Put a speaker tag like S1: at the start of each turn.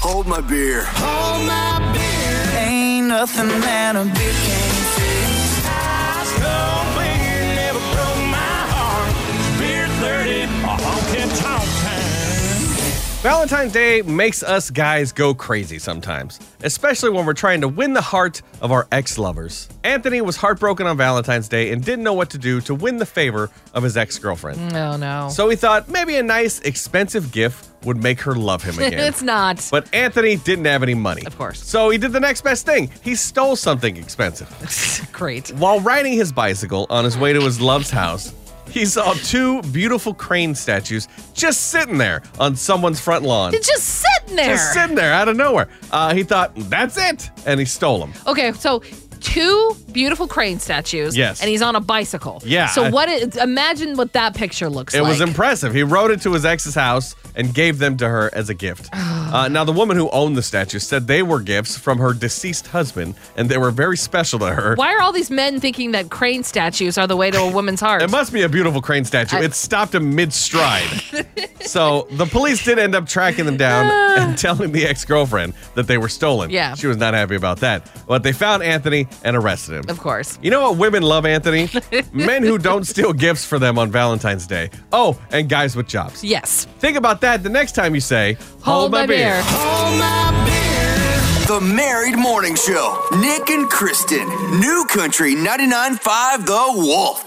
S1: Hold my beer.
S2: Hold my beer. Ain't nothing that a beer can't fix. Ice cold beer never broke my heart. Beer 30, a honking tonk time.
S3: Valentine's Day makes us guys go crazy sometimes, especially when we're trying to win the heart of our ex lovers. Anthony was heartbroken on Valentine's Day and didn't know what to do to win the favor of his ex girlfriend.
S4: No, Oh, no.
S3: So he thought maybe a nice, expensive gift would make her love him again.
S4: it's not.
S3: But Anthony didn't have any money.
S4: Of course.
S3: So he did the next best thing he stole something expensive.
S4: Great.
S3: While riding his bicycle on his way to his love's house, he saw two beautiful crane statues just sitting there on someone's front lawn.
S4: It's just sitting there.
S3: Just sitting there out of nowhere. Uh, he thought, that's it. And he stole them.
S4: Okay, so two beautiful crane statues.
S3: Yes.
S4: And he's on a bicycle.
S3: Yeah,
S4: So
S3: I-
S4: what? Is, imagine what that picture looks
S3: It
S4: like.
S3: was impressive. He rode it to his ex's house and gave them to her as a gift.
S4: Oh.
S3: uh, now, the woman who owned the statues said they were gifts from her deceased husband and they were very special to her.
S4: Why are all these men thinking that crane statues are the way to a woman's heart?
S3: It must be a beautiful crane statue. it stopped him mid stride. so the police did end up tracking them down and telling the ex girlfriend that they were stolen.
S4: Yeah.
S3: She was not happy about that. But they found Anthony and arrested him.
S4: of course.
S3: You know what women love, Anthony? Men who don't steal gifts for them on Valentine's Day. Oh, and guys with jobs.
S4: Yes.
S3: Think about that the next time you say,
S4: Hold my beer.
S2: Hold my beer.
S1: The Married Morning Show. Nick and Kristen. New Country 99.5 The Wolf.